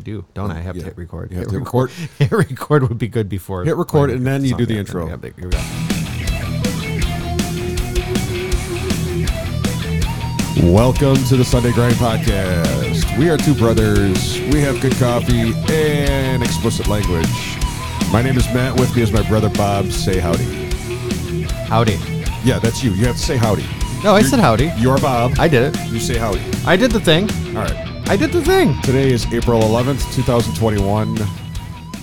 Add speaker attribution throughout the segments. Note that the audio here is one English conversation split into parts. Speaker 1: do, don't I? I have
Speaker 2: Yeah.
Speaker 1: to hit record.
Speaker 2: You have
Speaker 1: hit
Speaker 2: to hit
Speaker 1: record. Hit record would be good before.
Speaker 2: Hit record and then you do
Speaker 1: something.
Speaker 2: the intro.
Speaker 1: Yeah, but here we go.
Speaker 2: Welcome to the Sunday Grind Podcast. We are two brothers. We have good coffee and explicit language. My name is Matt. With me is my brother Bob. Say howdy.
Speaker 1: Howdy.
Speaker 2: Yeah, that's you. You have to say howdy.
Speaker 1: No, I
Speaker 2: You're-
Speaker 1: said howdy.
Speaker 2: You're Bob.
Speaker 1: I did it.
Speaker 2: you say howdy.
Speaker 1: I did the thing.
Speaker 2: All right.
Speaker 1: I did the thing.
Speaker 2: Today is April 11th, 2021.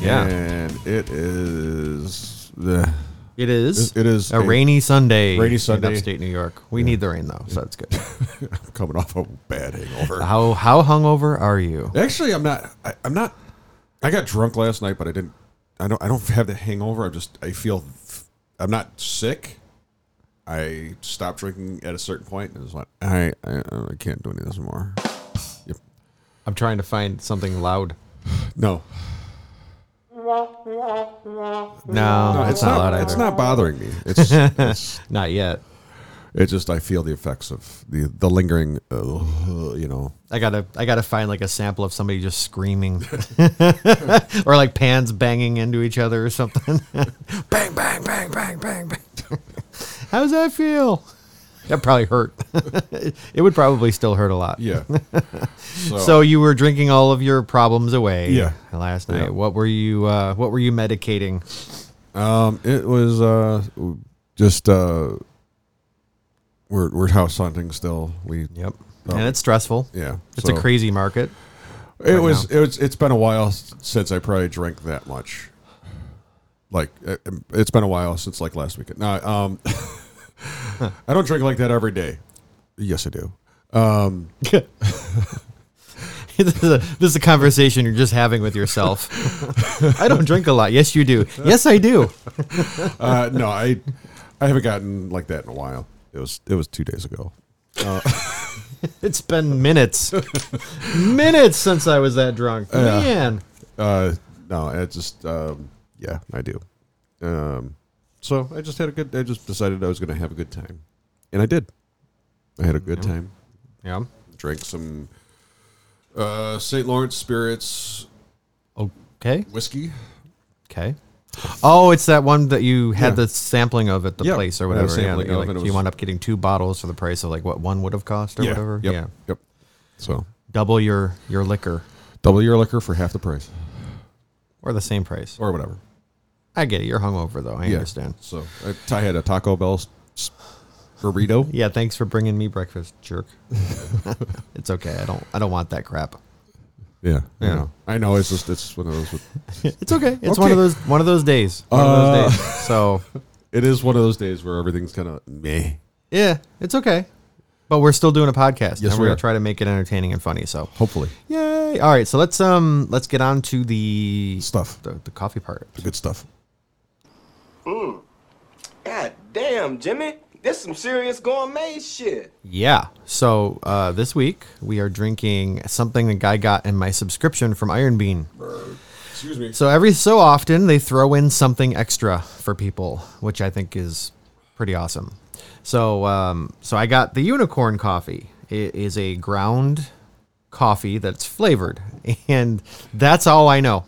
Speaker 1: Yeah.
Speaker 2: And it is. The,
Speaker 1: It is.
Speaker 2: It is
Speaker 1: a,
Speaker 2: a-
Speaker 1: rainy Sunday.
Speaker 2: rainy
Speaker 1: in
Speaker 2: Sunday.
Speaker 1: upstate New York. We need the rain though, so that's good.
Speaker 2: I'm coming off a bad hangover.
Speaker 1: how how hungover are you?
Speaker 2: Actually, I'm not. I, I'm not. I got drunk last night, but I didn't. I don't. I don't have the hangover. I just. I feel. I'm not sick. I stopped drinking at a certain point and just went. I. I, uh, I can't do any of this anymore. Yep.
Speaker 1: I'm trying to find something loud.
Speaker 2: No.
Speaker 1: No,
Speaker 2: No,
Speaker 1: it's, not, loud either.
Speaker 2: It's not bothering me. It's. it's
Speaker 1: Not yet.
Speaker 2: it's just I feel the effects of the the lingering. Uh, you know.
Speaker 1: I gotta I gotta find like a sample of somebody just screaming, or like pans banging into each other or something. bang bang bang bang bang bang. How does that feel? That probably hurt. it would probably still hurt a lot.
Speaker 2: Yeah. So,
Speaker 1: So you were drinking all of your problems away.
Speaker 2: Yeah.
Speaker 1: Last
Speaker 2: Yeah.
Speaker 1: night, what were you? Uh, what were you medicating?
Speaker 2: Um, it was uh, just uh, we're we're house hunting still. We
Speaker 1: Yep.
Speaker 2: Oh.
Speaker 1: And it's stressful.
Speaker 2: Yeah,
Speaker 1: It's
Speaker 2: so
Speaker 1: a crazy market.
Speaker 2: It
Speaker 1: right
Speaker 2: was. It was. It's been a while s- since I probably drank that much. Like it, it's been a while since like last weekend. No, um, I don't drink like that every day. Yes, I do.
Speaker 1: this, is a, this is a conversation you're just having with yourself. I don't drink a lot. Yes, you do. Yes, I do.
Speaker 2: Uh, no, I I haven't gotten like that in a while. It was it was two days ago.
Speaker 1: It's been minutes, minutes since I was that drunk. Man,
Speaker 2: Uh, no, I just um, yeah, I do. Um, so I just had a good. I just decided I was going to have a good time, and I did. I had a good time.
Speaker 1: yeah.
Speaker 2: Drank some uh, St. Lawrence spirits
Speaker 1: Okay,
Speaker 2: whiskey.
Speaker 1: okay. Oh, it's that one that you had
Speaker 2: Yeah.
Speaker 1: the sampling of at the
Speaker 2: Yeah,
Speaker 1: place or
Speaker 2: I had a
Speaker 1: whatever. Yeah,
Speaker 2: sampling
Speaker 1: that you
Speaker 2: of
Speaker 1: like-
Speaker 2: it. It
Speaker 1: you
Speaker 2: was-
Speaker 1: wound up getting two bottles for the price of like what one would have cost or whatever.
Speaker 2: Yep,
Speaker 1: Yeah,
Speaker 2: Yep. So
Speaker 1: double your your liquor
Speaker 2: double your liquor for half the price
Speaker 1: or the same price.
Speaker 2: or whatever.
Speaker 1: I get it. You're hungover though. I understand.
Speaker 2: So I, I had a Taco Bell s- s- burrito.
Speaker 1: Yeah, thanks for bringing me breakfast, jerk. it's okay. I don't. I don't want that crap.
Speaker 2: Yeah.
Speaker 1: Yeah.
Speaker 2: I know. I know. It's just it's one of those. With,
Speaker 1: It's okay. It's one
Speaker 2: Okay.
Speaker 1: of those. One of those days. One
Speaker 2: Uh,
Speaker 1: of those days. So
Speaker 2: it is one of those days where everything's kind of meh.
Speaker 1: Yeah, it's okay. But we're still doing a podcast. and
Speaker 2: Yes, we
Speaker 1: we're
Speaker 2: are.
Speaker 1: gonna try to make it entertaining and funny. So
Speaker 2: Hopefully,
Speaker 1: yay! All right, so let's um let's get on to the
Speaker 2: stuff.
Speaker 1: the, the coffee part.
Speaker 2: The good stuff.
Speaker 3: God damn, Jimmy. This some serious gourmet shit.
Speaker 1: Yeah. So uh, this week we are drinking something the guy got in my subscription from Iron Bean.
Speaker 2: Excuse me.
Speaker 1: So every so often they throw in something extra for people, which I think is pretty awesome. So um, so I got the unicorn coffee. It is a ground coffee that's flavored, and that's all I know.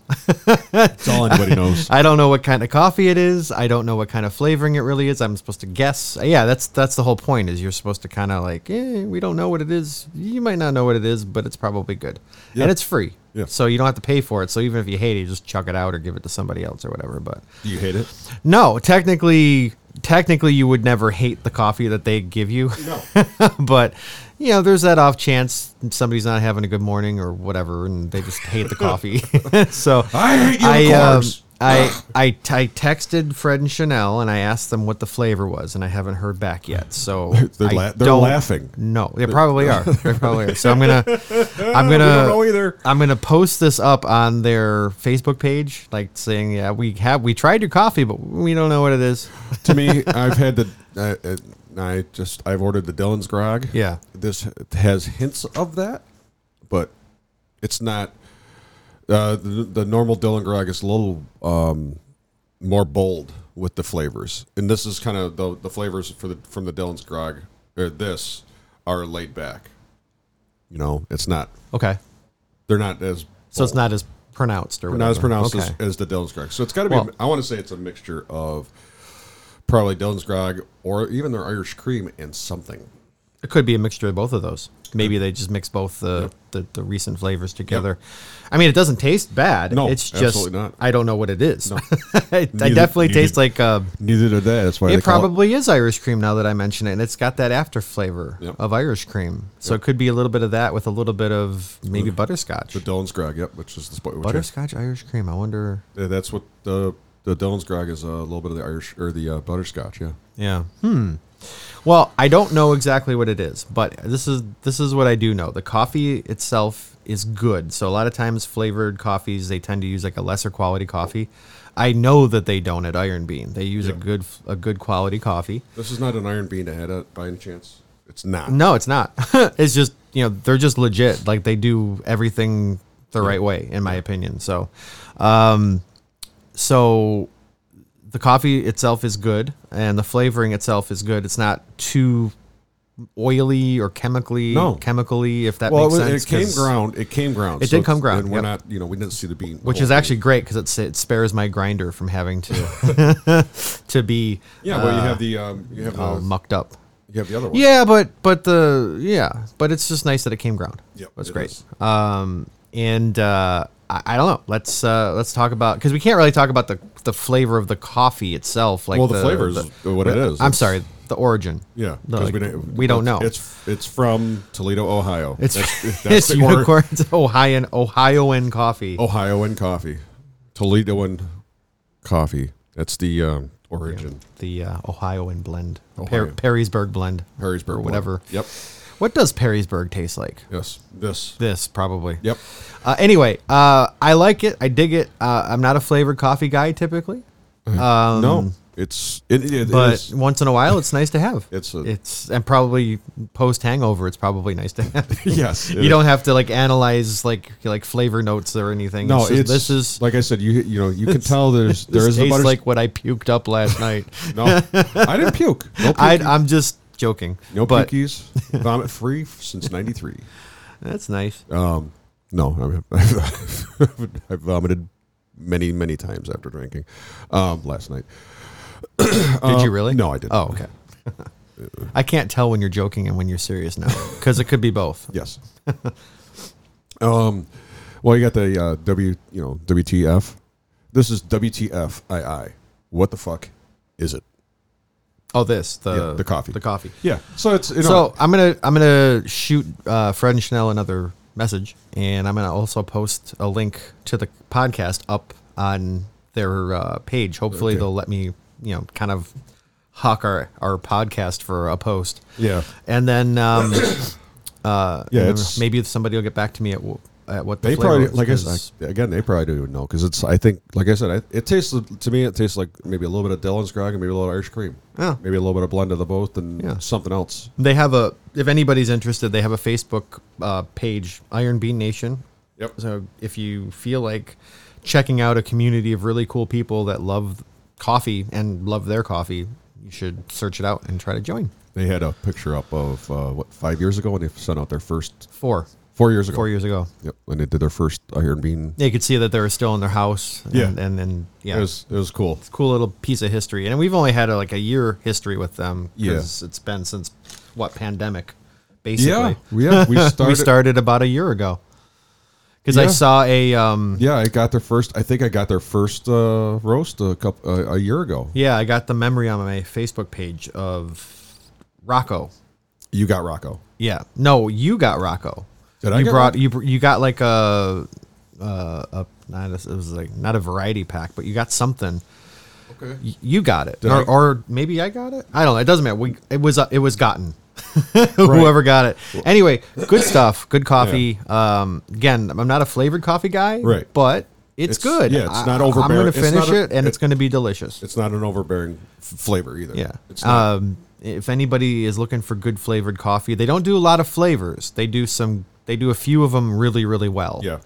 Speaker 2: That's all anybody knows.
Speaker 1: I don't know what kind of coffee it is. I don't know what kind of flavoring it really is. I'm supposed to guess. Yeah, that's that's the whole point. Is you're supposed to kind of like, eh, we don't know what it is. You might not know what it is, but it's probably good,
Speaker 2: Yeah.
Speaker 1: and it's free.
Speaker 2: Yeah.
Speaker 1: So you don't have to pay for it. So even if you hate it, you just chuck it out or give it to somebody else or whatever. But
Speaker 2: Do you hate it?
Speaker 1: no, technically, technically, you would never hate the coffee that they give you.
Speaker 2: No.
Speaker 1: but you know, there's that off chance somebody's not having a good morning or whatever, and they just hate the coffee. so
Speaker 2: I hate
Speaker 1: I, um,
Speaker 2: unicorns.
Speaker 1: I, I, I texted Fred and Chanel and I asked them what the flavor was, and I haven't heard back yet. So
Speaker 2: They're
Speaker 1: I
Speaker 2: la- they're
Speaker 1: don't
Speaker 2: laughing.
Speaker 1: No, they probably are. They probably are. So I'm gonna, I'm gonna,
Speaker 2: know either.
Speaker 1: I'm gonna post this up on their Facebook page, like saying, yeah, we have we tried your coffee, but we don't know what it is.
Speaker 2: to me, I've had the. I, I just I've ordered the Dylan's grog.
Speaker 1: Yeah.
Speaker 2: this has hints of that, but it's not. Uh, the, the normal Dylan grog is a little um, more bold with the flavors, and this is kind of the the flavors for the from the Dylan's grog or this are laid back. You know, it's not.
Speaker 1: Okay,
Speaker 2: They're not as
Speaker 1: So it's not as pronounced or whatever.
Speaker 2: not as pronounced
Speaker 1: Okay.
Speaker 2: as, as the Dillensgrog. So it's got to be.
Speaker 1: Well-
Speaker 2: I want to say it's a mixture of probably Dillensgrog or even their Irish cream and something.
Speaker 1: It could be a mixture of both of those. Maybe they just mix both the, the, the recent flavors together. I mean, it doesn't taste bad.
Speaker 2: No,
Speaker 1: it's just
Speaker 2: absolutely not.
Speaker 1: I don't know what it is. I,
Speaker 2: Neither-
Speaker 1: definitely
Speaker 2: neither-
Speaker 1: taste like uh,
Speaker 2: Neither did that. That's why
Speaker 1: it probably is Irish cream now that I mention it, and it's got that after flavor
Speaker 2: Yep.
Speaker 1: of Irish cream. So it could be a little bit of that with a little bit of maybe butterscotch.
Speaker 2: the Dillensgrog. Yep, which is the spo- which is-
Speaker 1: butterscotch Irish cream. I wonder.
Speaker 2: yeah, that's what the the Dillensgrog is a little bit of the Irish or the uh, butterscotch. Yeah,
Speaker 1: Yeah. Hmm. Well, I don't know exactly what it is, but this is this is what I do know. The coffee itself is good. So a lot of times flavored coffees they tend to use like a lesser quality coffee. I know that they don't at Iron Bean. They use a
Speaker 2: Yeah.
Speaker 1: good f- a good quality coffee.
Speaker 2: this is not an iron bean to head at by any chance. It's not.
Speaker 1: No, it's not. it's just you know they're just legit. Like they do everything the right way, in my opinion. So, um, so the coffee itself is good, and the flavoring itself is good. It's not too oily or chemically
Speaker 2: No.
Speaker 1: chemically if that
Speaker 2: Well, it,
Speaker 1: makes
Speaker 2: was-
Speaker 1: sense.
Speaker 2: it came
Speaker 1: 'cause-
Speaker 2: ground. It came ground.
Speaker 1: It did come
Speaker 2: it's-
Speaker 1: ground,
Speaker 2: And we're
Speaker 1: yep.
Speaker 2: not. You know, we didn't see the bean,
Speaker 1: Which
Speaker 2: the
Speaker 1: is
Speaker 2: whole
Speaker 1: actually
Speaker 2: thing.
Speaker 1: great because it, it spares my grinder from having to to be
Speaker 2: Yeah, well, you
Speaker 1: uh,
Speaker 2: have the um, you have
Speaker 1: all
Speaker 2: the,
Speaker 1: mucked up.
Speaker 2: you have the other one.
Speaker 1: Yeah, but but the yeah, but it's just nice that it came ground.
Speaker 2: Yep,
Speaker 1: that's
Speaker 2: it
Speaker 1: great.
Speaker 2: is.
Speaker 1: Um, and uh, I, I don't know. Let's uh, let's talk about because we can't really talk about the the flavor of the coffee itself. Like
Speaker 2: Well, the flavor is what it is.
Speaker 1: I'm
Speaker 2: It's-
Speaker 1: sorry, the origin.
Speaker 2: Yeah,
Speaker 1: The,
Speaker 2: 'cause
Speaker 1: like, we,
Speaker 2: didn't-
Speaker 1: don't know.
Speaker 2: it's- It's it's from Toledo, Ohio.
Speaker 1: it's
Speaker 2: that's,
Speaker 1: it's
Speaker 2: the origin- Oh.
Speaker 1: unicorn. It's Ohioan Ohioan coffee.
Speaker 2: Ohioan coffee, Toledoan coffee. That's the um, origin.
Speaker 1: The uh, Ohioan blend,
Speaker 2: Ohio.
Speaker 1: per- Perrysburg blend,
Speaker 2: Harrisburg,
Speaker 1: or
Speaker 2: one.
Speaker 1: whatever.
Speaker 2: Yep.
Speaker 1: What does Perrysburg taste like?
Speaker 2: Yes. This.
Speaker 1: This probably.
Speaker 2: Yep.
Speaker 1: Uh, anyway, uh, I like it. I dig it. Uh, I'm not a flavored coffee guy typically,
Speaker 2: no. It's it, it- it
Speaker 1: um, but
Speaker 2: is-
Speaker 1: once in a while, it's nice to have.
Speaker 2: It's a-
Speaker 1: it's and probably post hangover, it's probably nice to have.
Speaker 2: yes. it
Speaker 1: you don't have to like analyze like like flavor notes or anything.
Speaker 2: No,
Speaker 1: It's just-
Speaker 2: it's
Speaker 1: this is
Speaker 2: like I said. You you know you can tell there's there
Speaker 1: this
Speaker 2: is a
Speaker 1: tastes
Speaker 2: butter.
Speaker 1: like what I puked up last night.
Speaker 2: no, I didn't puke. No puke.
Speaker 1: I, I'm just joking.
Speaker 2: no
Speaker 1: but
Speaker 2: pukies. Vomit free since '93.
Speaker 1: that's nice.
Speaker 2: Um, no, I mean, I've, I've vomited many, many times after drinking um, last night.
Speaker 1: Did you really?
Speaker 2: uh, no, I didn't.
Speaker 1: Oh, okay. I can't tell when you're joking and when you're serious now because it could be both.
Speaker 2: Yes. um, well, you got the uh, W, you know, WTF. This is WTFII. What the fuck is it?
Speaker 1: Oh, this the
Speaker 2: Yeah, the coffee.
Speaker 1: the coffee.
Speaker 2: Yeah. So it's you know,
Speaker 1: so I'm gonna I'm gonna shoot uh, Fred and Chanel another message, and I'm gonna also post a link to the podcast up on their uh, page. Hopefully,
Speaker 2: Okay.
Speaker 1: they'll let me you know kind of hawk our our podcast for a post.
Speaker 2: Yeah.
Speaker 1: and then um,
Speaker 2: yeah, it's
Speaker 1: maybe if somebody will get back to me at w- at what the
Speaker 2: they
Speaker 1: flavor
Speaker 2: probably
Speaker 1: is,
Speaker 2: like I
Speaker 1: 'cause-
Speaker 2: said again. They probably don't even know because it's. I think like I said, I, it tastes to me. It tastes like maybe a little bit of Dillon's grog and maybe a little Irish cream.
Speaker 1: Yeah.
Speaker 2: Maybe a little bit of blend of the both and
Speaker 1: Yeah.
Speaker 2: something else.
Speaker 1: they have a if anybody's interested they have a facebook uh, page iron bean nation
Speaker 2: Yep.
Speaker 1: so if you feel like checking out a community of really cool people that love coffee and love their coffee you should search it out and try to join
Speaker 2: They had a picture up of uh, what five years ago when they sent out their first
Speaker 1: four
Speaker 2: four years ago.
Speaker 1: four years ago
Speaker 2: Yep, when they did their first Iron Bean.
Speaker 1: you could see that they were still in their house and
Speaker 2: Yeah.
Speaker 1: and, and, yeah
Speaker 2: It was it was cool.
Speaker 1: cool little piece of history and we've only had a, like a year history with them
Speaker 2: Yeah.
Speaker 1: it's been since what pandemic basically
Speaker 2: yeah. We started.
Speaker 1: we started about a year ago because I
Speaker 2: Yeah.
Speaker 1: saw a um,
Speaker 2: Yeah, I got their first. I think I got their first uh, roast a couple uh, a year ago.
Speaker 1: yeah I got the memory on my Facebook page of Rocco.
Speaker 2: You got Rocco.
Speaker 1: Yeah, no, you got Rocco.
Speaker 2: Did
Speaker 1: you
Speaker 2: I get
Speaker 1: brought
Speaker 2: Rocco?
Speaker 1: you br- you got like a uh, a not a, it was like not a variety pack, but you got something.
Speaker 2: Okay.
Speaker 1: Y- You got it,
Speaker 2: Did
Speaker 1: or,
Speaker 2: I-
Speaker 1: or maybe I got it. I don't know. It doesn't matter. We, it was uh, it was gotten. Whoever got it. Anyway, good stuff. Good coffee. Um, again, I'm not a flavored coffee guy,
Speaker 2: Right.
Speaker 1: But it's,
Speaker 2: It's-
Speaker 1: good.
Speaker 2: yeah, it's
Speaker 1: I-
Speaker 2: not
Speaker 1: I'm
Speaker 2: overbearing.
Speaker 1: going
Speaker 2: It's
Speaker 1: to finish
Speaker 2: not a-
Speaker 1: it, and it's
Speaker 2: it-
Speaker 1: going to be delicious.
Speaker 2: It's not an overbearing f- flavor either.
Speaker 1: Yeah.
Speaker 2: It's not.
Speaker 1: Um, if anybody is looking for good flavored coffee, they don't do a lot of flavors. They do some. They do a few of them really, really well.
Speaker 2: yeah.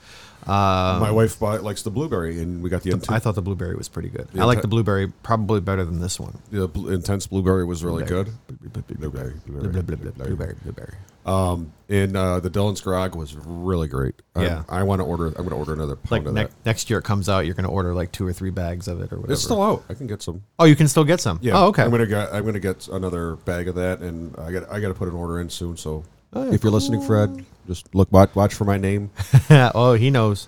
Speaker 2: My wife bought, likes the blueberry, and we got the,
Speaker 1: um, I
Speaker 2: inten-
Speaker 1: thought the blueberry was pretty good.
Speaker 2: Yeah,
Speaker 1: I like
Speaker 2: that-
Speaker 1: the blueberry probably better than this one.
Speaker 2: the bl- intense blueberry was really
Speaker 1: Blueberry.
Speaker 2: good. Blueberry, blueberry,
Speaker 1: Blueberry,
Speaker 2: blueberry.
Speaker 1: blueberry, blueberry.
Speaker 2: Um, and uh, the Dylan's Grog was really great. I'm-
Speaker 1: Yeah.
Speaker 2: I want to order. I'm going to order another pound
Speaker 1: Like
Speaker 2: of
Speaker 1: ne-
Speaker 2: that.
Speaker 1: next year it comes out, you're going to order like two or three bags of it or whatever.
Speaker 2: It's still out. I can get some.
Speaker 1: oh, you can still get some.
Speaker 2: Yeah.
Speaker 1: Oh, okay.
Speaker 2: I'm gonna get. I'm gonna get another bag of that, and I got. I got to put an order in soon. So
Speaker 1: Oh, yeah.
Speaker 2: if you're listening, Fred, just look watch, watch for my name.
Speaker 1: oh, he knows.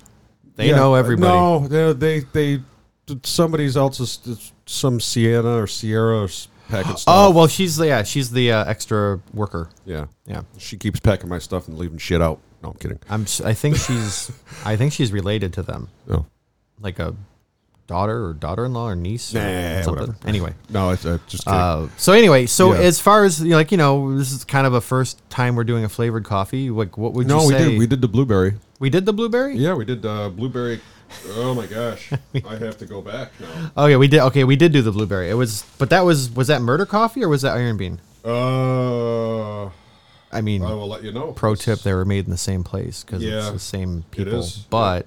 Speaker 1: They
Speaker 2: Yeah.
Speaker 1: know everybody.
Speaker 2: No, they they, they somebody's else's some Sienna or Sierra packet stuff.
Speaker 1: Oh well, she's the yeah, she's the uh, extra worker.
Speaker 2: yeah,
Speaker 1: Yeah,
Speaker 2: She keeps packing my stuff and leaving shit out. No, I'm kidding.
Speaker 1: I'm. s- I think she's. I think she's related to them,
Speaker 2: No,
Speaker 1: like a daughter or daughter-in-law or niece or
Speaker 2: Nah,
Speaker 1: something.
Speaker 2: whatever.
Speaker 1: Anyway.
Speaker 2: no, it's uh, just kidding.
Speaker 1: Uh, so anyway, so
Speaker 2: Yeah.
Speaker 1: as far as you know, like you know, this is kind of a first time we're doing a flavored coffee. Like, what would
Speaker 2: no.
Speaker 1: you
Speaker 2: We
Speaker 1: say?
Speaker 2: did. We did the blueberry.
Speaker 1: We did the blueberry.
Speaker 2: Yeah, we did uh, blueberry. Oh my gosh, I have to go back now.
Speaker 1: Oh yeah, we did. Okay, we did do the blueberry. It was, but that was was that murder coffee or was that Iron Bean?
Speaker 2: Uh,
Speaker 1: I mean,
Speaker 2: I will let you know.
Speaker 1: pro tip, they were made in the same place because
Speaker 2: Oh, Yeah,
Speaker 1: it's the same
Speaker 2: it
Speaker 1: people.
Speaker 2: is.
Speaker 1: But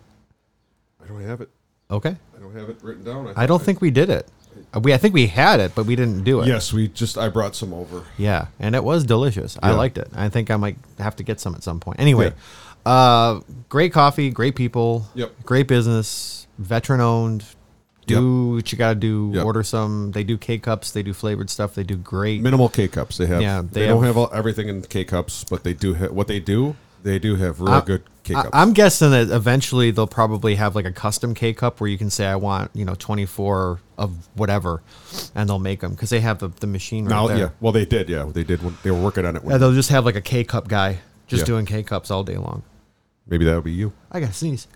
Speaker 2: I don't have it.
Speaker 1: okay,
Speaker 2: I don't have it written down.
Speaker 1: I don't think we did it. Uh, We I think we had it, but we didn't do it.
Speaker 2: Yes, we just. I brought some over.
Speaker 1: Yeah, and it was delicious. I
Speaker 2: Yeah.
Speaker 1: liked it. I think I might have to get some at some point. Anyway, uh, great coffee, great people,
Speaker 2: Yep.
Speaker 1: great business, veteran owned. Do what you got to do.
Speaker 2: Yep.
Speaker 1: Order some. They do K cups. They do flavored stuff. They do great.
Speaker 2: Minimal K cups. They have.
Speaker 1: Yeah,
Speaker 2: they,
Speaker 1: they
Speaker 2: don't
Speaker 1: have-
Speaker 2: have all, everything in K cups, but they do. Ha- what they do, they do have
Speaker 1: Uh,
Speaker 2: really good K
Speaker 1: I,
Speaker 2: cups.
Speaker 1: I'm guessing that eventually they'll probably have like a custom K cup where you can say I want you know 24 of whatever, and they'll make them because they have the, the machine right
Speaker 2: now,
Speaker 1: there.
Speaker 2: Oh, yeah. Well, they did. Yeah, they did. When, they were working on it. When,
Speaker 1: Yeah, they'll just have like a K cup guy just
Speaker 2: Yeah.
Speaker 1: doing K cups all day long.
Speaker 2: maybe that would be you.
Speaker 1: I gotta sneeze.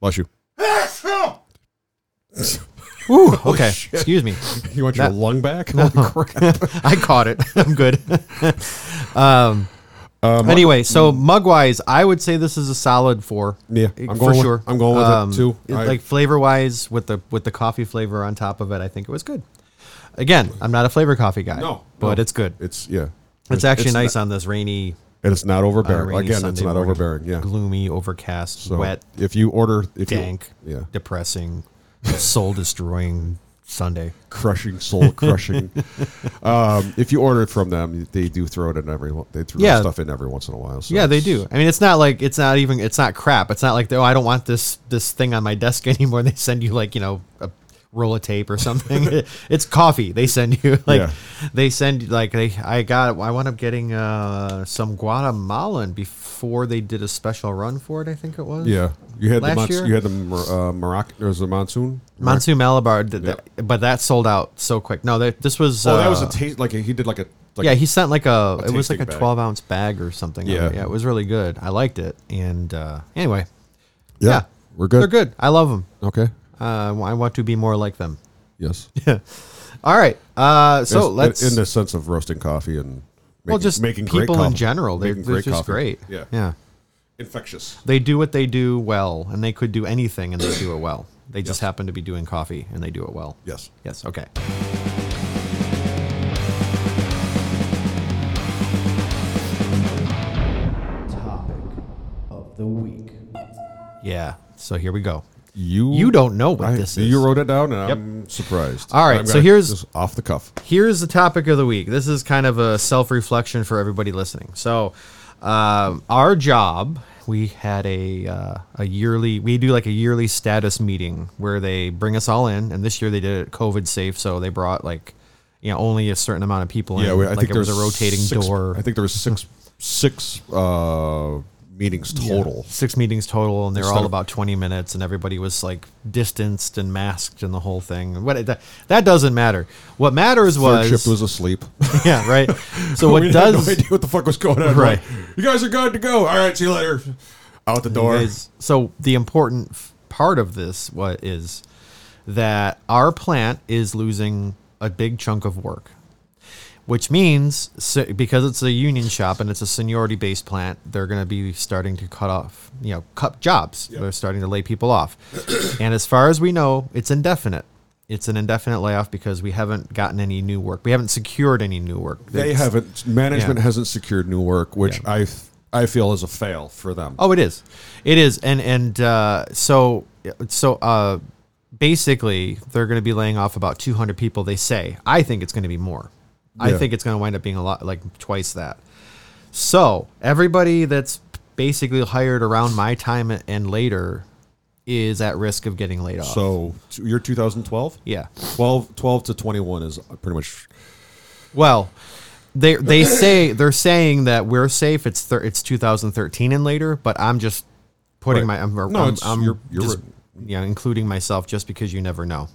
Speaker 2: Bless you.
Speaker 1: Ooh, okay.
Speaker 2: oh, shit.
Speaker 1: Excuse me.
Speaker 2: You want
Speaker 1: That-
Speaker 2: your lung back? Holy crap.
Speaker 1: I caught it. I'm good. um,
Speaker 2: Uh,
Speaker 1: anyway, so mug wise, I would say this is a solid four.
Speaker 2: Yeah,
Speaker 1: Eh,
Speaker 2: I'm
Speaker 1: for
Speaker 2: going with-
Speaker 1: sure. Um,
Speaker 2: I'm going with it too.
Speaker 1: it-
Speaker 2: I-
Speaker 1: like flavor wise, with the with the coffee flavor on top of it, I think it was good. Again, I'm not a flavor coffee guy.
Speaker 2: No,
Speaker 1: but
Speaker 2: no.
Speaker 1: it's good.
Speaker 2: It's yeah.
Speaker 1: It's actually
Speaker 2: not-
Speaker 1: nice on this rainy,
Speaker 2: and it's not
Speaker 1: uh,
Speaker 2: overbearing.
Speaker 1: rainy
Speaker 2: Again,
Speaker 1: Sunday
Speaker 2: it's not
Speaker 1: morning.
Speaker 2: overbearing. Yeah.
Speaker 1: gloomy, overcast,
Speaker 2: So
Speaker 1: wet,
Speaker 2: If you order, if
Speaker 1: dank,
Speaker 2: you, yeah,
Speaker 1: depressing, soul destroying Sunday.
Speaker 2: crushing, soul crushing. um, if you order it from them, they do throw it in every. on- They throw
Speaker 1: Yeah.
Speaker 2: stuff in every once in a while. So
Speaker 1: Yeah, they
Speaker 2: it's-
Speaker 1: do. I mean, it's not like it's not even it's not crap. It's not like oh, I don't want this this thing on my desk anymore. They send you like you know a roll of tape or something. it's coffee. They send you like
Speaker 2: Yeah.
Speaker 1: they send like they. I got. I wound up getting uh, some Guatemalan before they did a special run for it. I think it was.
Speaker 2: Yeah, you had the
Speaker 1: Last
Speaker 2: monsoon,
Speaker 1: year?
Speaker 2: you had the Mor- uh, Morocco. There was a monsoon.
Speaker 1: Monsoon Malabar, did
Speaker 2: Yeah.
Speaker 1: that, but that sold out so quick. No, that this was.
Speaker 2: Oh, that was
Speaker 1: uh,
Speaker 2: a taste. Like a, he did like a. Like
Speaker 1: yeah, he sent like a. it was like
Speaker 2: tasting
Speaker 1: a
Speaker 2: bag.
Speaker 1: twelve ounce bag or something. of it.
Speaker 2: Yeah.
Speaker 1: yeah, it was really good. I liked it. And uh, anyway,
Speaker 2: Yeah,
Speaker 1: yeah,
Speaker 2: we're good.
Speaker 1: They're good. I love them.
Speaker 2: Okay.
Speaker 1: Uh, I want to be more like them.
Speaker 2: Yes.
Speaker 1: All right. Uh, so
Speaker 2: Yes,
Speaker 1: let's.
Speaker 2: in, in the sense of roasting coffee and making,
Speaker 1: well, just
Speaker 2: making great
Speaker 1: people in
Speaker 2: coffee.
Speaker 1: general. They're,
Speaker 2: Making
Speaker 1: they're just
Speaker 2: coffee.
Speaker 1: great.
Speaker 2: Yeah.
Speaker 1: Yeah.
Speaker 2: Infectious.
Speaker 1: They do what they do well, and they could do anything, and they do it well. They just happen to be doing coffee, and they do it well.
Speaker 2: Yes.
Speaker 1: Yes. Okay.
Speaker 4: topic of the week.
Speaker 1: Yeah. So here we go.
Speaker 2: You
Speaker 1: You don't know what
Speaker 2: I-
Speaker 1: this is.
Speaker 2: You wrote it down, and I'm surprised.
Speaker 1: All right,
Speaker 2: I'm
Speaker 1: so
Speaker 2: gonna-
Speaker 1: here's-
Speaker 2: just off the cuff.
Speaker 1: here's the topic of the week. This is kind of a self reflection for everybody listening. So, um, our job, we had a uh, a yearly, we do like a yearly status meeting where they bring us all in, and this year they did it COVID safe, so they brought like. You know, only a certain amount of people.
Speaker 2: Yeah,
Speaker 1: in.
Speaker 2: we, I
Speaker 1: like
Speaker 2: think
Speaker 1: it was a
Speaker 2: there's
Speaker 1: rotating
Speaker 2: six-
Speaker 1: door.
Speaker 2: I think there was six six uh, meetings total.
Speaker 1: Six meetings total, and they're
Speaker 2: Instead
Speaker 1: all
Speaker 2: of-
Speaker 1: about twenty minutes, and everybody was like distanced and masked, and the whole thing. What that, that doesn't matter. What matters
Speaker 2: Third
Speaker 1: was,
Speaker 2: shift was asleep.
Speaker 1: yeah, right. So what
Speaker 2: we
Speaker 1: does
Speaker 2: had no idea what the fuck was going on.
Speaker 1: Right.
Speaker 2: Like, you guys are good to go. All right, see you later. Out the door.
Speaker 1: is- so the important f- part of this what is that our plant is losing a big chunk of work which means so- because it's a union shop and it's a seniority based plant they're going to be starting to cut off you know cut jobs they're starting to lay people off and as far as we know it's indefinite it's an indefinite layoff because we haven't gotten any new work we haven't secured any new work
Speaker 2: they
Speaker 1: It's-
Speaker 2: haven't. Management
Speaker 1: Yeah.
Speaker 2: hasn't secured new work, which
Speaker 1: Yeah.
Speaker 2: I th- I feel is a fail for them.
Speaker 1: Oh, it is. It is. And and uh, so so uh, basically, they're going to be laying off about 200 people. They say. I think it's going to be more. I
Speaker 2: Yeah.
Speaker 1: think it's going to wind up being a lot like twice that. So everybody that's basically hired around my time and later is at risk of getting laid off.
Speaker 2: So t- you're 2012?
Speaker 1: yeah.
Speaker 2: 12, 12 to 21 is pretty much.
Speaker 1: Well, they they say they're saying that we're safe. It's thir- it's 2013 and later, but I'm just putting
Speaker 2: Right.
Speaker 1: my I'm,
Speaker 2: No,
Speaker 1: I'm,
Speaker 2: it's-
Speaker 1: I'm
Speaker 2: you're- you're
Speaker 1: just,
Speaker 2: right.
Speaker 1: yeah, including myself just because you never know.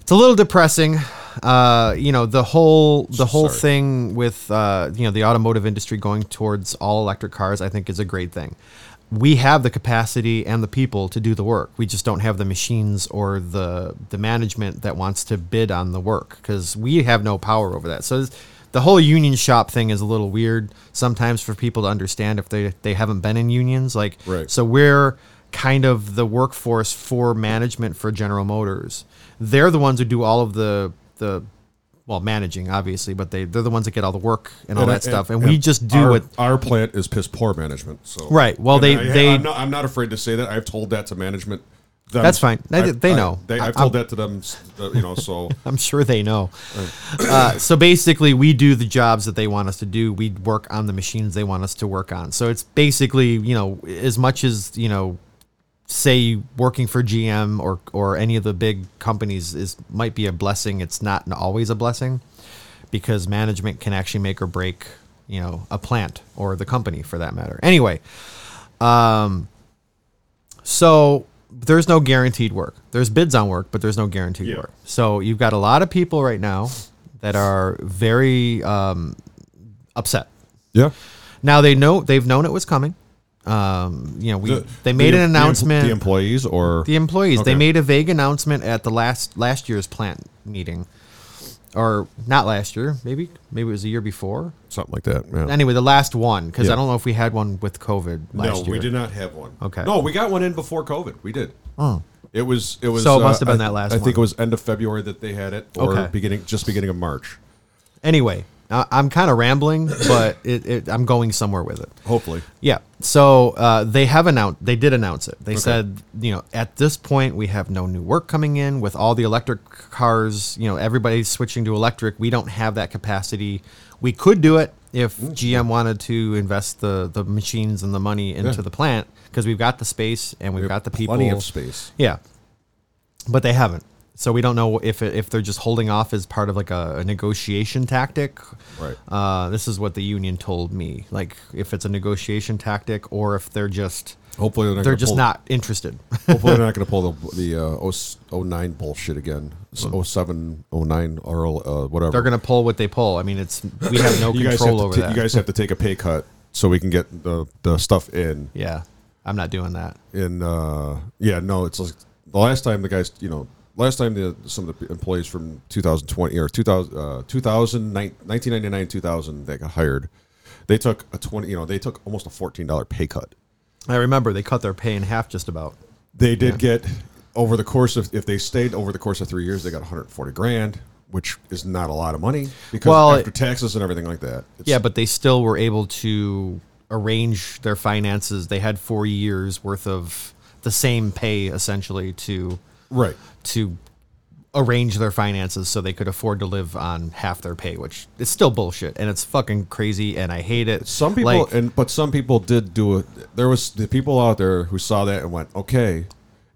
Speaker 1: It's a little depressing. Uh, you know the whole the whole
Speaker 2: Sorry.
Speaker 1: thing with uh, you know the automotive industry going towards all electric cars. I think is a great thing. We have the capacity and the people to do the work. We just don't have the machines or the the management that wants to bid on the work because we have no power over that. So this- the whole union shop thing is a little weird sometimes for people to understand if they they haven't been in unions. Like
Speaker 2: Right.
Speaker 1: so we're kind of the workforce for management for General Motors. They're the ones who do all of the the well managing obviously, but they they're the ones that get all the work and all that stuff. And, we just do
Speaker 2: our,
Speaker 1: what
Speaker 2: Our plant is piss poor management. So
Speaker 1: Right, well,
Speaker 2: And
Speaker 1: they-
Speaker 2: I,
Speaker 1: they-
Speaker 2: I'm not, I'm not afraid to say that. I've told that to management. them.
Speaker 1: That's fine. They-
Speaker 2: I've-
Speaker 1: they
Speaker 2: I-
Speaker 1: know.
Speaker 2: they, I've
Speaker 1: I-
Speaker 2: told that to them. s- uh, You know, so
Speaker 1: I'm sure they know. Uh, so basically, we do the jobs that they want us to do. We work on the machines they want us to work on. So it's basically, you know, as much as you know, say working for GM or or any of the big companies is might be a blessing. It's not always a blessing because management can actually make or break, you know, a plant or the company for that matter. Anyway, um, so there's no guaranteed work. There's bids on work, but there's no guaranteed
Speaker 2: Yeah.
Speaker 1: work. So you've got a lot of people right now that are very um, upset.
Speaker 2: yeah.
Speaker 1: Now they know they've known it was coming. Um, you know, we they made an announcement.
Speaker 2: The employees or
Speaker 1: The employees they
Speaker 2: Okay.
Speaker 1: made a vague announcement at the last last year's plant meeting, or not last year, maybe maybe it was the year before.
Speaker 2: something like that. Yeah.
Speaker 1: Anyway, the last one because
Speaker 2: Yeah.
Speaker 1: I don't know if we had one with COVID last
Speaker 2: no,
Speaker 1: year.
Speaker 2: we did not have one.
Speaker 1: Okay.
Speaker 2: No, we got one in before COVID. We did. Oh. It was. It was. uh,
Speaker 1: So it must have been
Speaker 2: I-
Speaker 1: that last
Speaker 2: I think
Speaker 1: one.
Speaker 2: it was end of February that they had it, or
Speaker 1: Okay.
Speaker 2: beginning, just beginning of March.
Speaker 1: Anyway, I, I'm kind of rambling, but it, it, I'm going somewhere with it.
Speaker 2: Hopefully.
Speaker 1: Yeah. So uh, they have announced. They did announce it. They said, you know, at this point we have no new work coming in with all the electric cars. You know, everybody's switching to electric. We don't have that capacity. We could do it if
Speaker 2: Hmm.
Speaker 1: GM wanted to invest the the machines and the money into the plant because we've got the space and we've got the people.
Speaker 2: Plenty of space.
Speaker 1: Yeah, but they haven't. So we don't know if if they're just holding off as part of like a, a negotiation tactic.
Speaker 2: Right.
Speaker 1: Uh, this is what the union told me. Like if it's a negotiation tactic or if they're just
Speaker 2: Hopefully they're not.
Speaker 1: they're
Speaker 2: gonna
Speaker 1: just
Speaker 2: pull,
Speaker 1: not interested.
Speaker 2: Hopefully they're not going to pull the the uh, 0- 09 bullshit again. oh So 07, 09, or uh, whatever.
Speaker 1: they're gonna pull what they pull. I mean, it's we have no
Speaker 2: you guys
Speaker 1: control
Speaker 2: have
Speaker 1: over
Speaker 2: to ta-
Speaker 1: that.
Speaker 2: You guys have to take a pay cut so we can get the the stuff in.
Speaker 1: yeah, I'm not doing that.
Speaker 2: and uh, yeah, no, it's like the last time the guys, you know, last time the some of the employees from 2020 or 2000, uh, 2000 nine- 1999, 2000 that got hired, they took a 20, you know, they took almost a $14 pay cut.
Speaker 1: I remember they cut their pay in half just about.
Speaker 2: They did get over the course of, if they stayed over the course of three years, they got 140 grand, which is not a lot of money because
Speaker 1: Well,
Speaker 2: after taxes and everything like that. It's,
Speaker 1: Yeah, but they still were able to arrange their finances. They had four years worth of the same pay essentially to
Speaker 2: right.
Speaker 1: to arrange their finances so they could afford to live on half their pay, which is still bullshit and it's fucking crazy and I hate it.
Speaker 2: Some people,
Speaker 1: Like,
Speaker 2: and but some people did do it. There was the people out there who saw that and went, okay.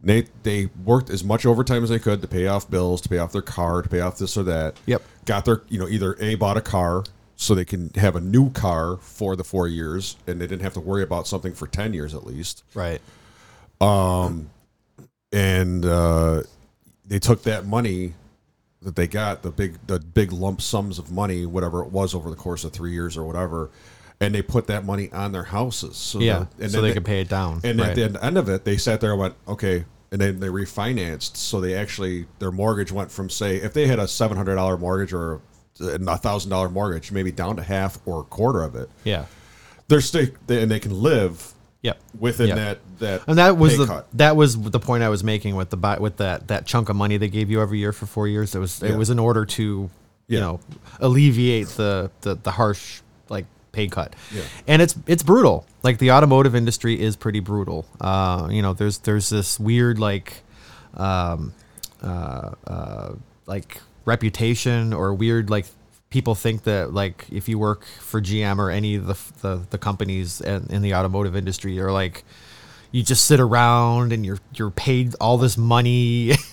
Speaker 2: They they worked as much overtime as they could to pay off bills, to pay off their car, to pay off this or that.
Speaker 1: Yep.
Speaker 2: Got their you know either a bought a car so they can have a new car for the four years, and they didn't have to worry about something for ten years at least.
Speaker 1: right.
Speaker 2: And uh, they took that money that they got the big the big lump sums of money, whatever it was over the course of three years or whatever. And they put that money on their houses, so
Speaker 1: Yeah.
Speaker 2: that- and
Speaker 1: so
Speaker 2: then
Speaker 1: they, could pay it down.
Speaker 2: and
Speaker 1: right.
Speaker 2: at the end of it, they sat there and went, okay. And then they refinanced. So they actually, their mortgage went from, say, if they had a $700 mortgage or a $1,000 mortgage, maybe down to half or a quarter of it.
Speaker 1: yeah.
Speaker 2: They're still, they, and they can live
Speaker 1: Yep.
Speaker 2: within
Speaker 1: Yep.
Speaker 2: that, that,
Speaker 1: And that was
Speaker 2: pay
Speaker 1: the
Speaker 2: cut.
Speaker 1: that was the point I was making with the buy- with that that chunk of money they gave you every year for four years. It was
Speaker 2: Yeah.
Speaker 1: it was in order to
Speaker 2: Yeah.
Speaker 1: you know alleviate the, the the harsh like pay cut.
Speaker 2: Yeah.
Speaker 1: And it's it's brutal. Like the automotive industry is pretty brutal. Uh, you know, there's there's this weird like um, uh, uh, like reputation or weird like people think that like if you work for GM or any of the the, the companies in, in the automotive industry are like you just sit around and you're you're paid all this money.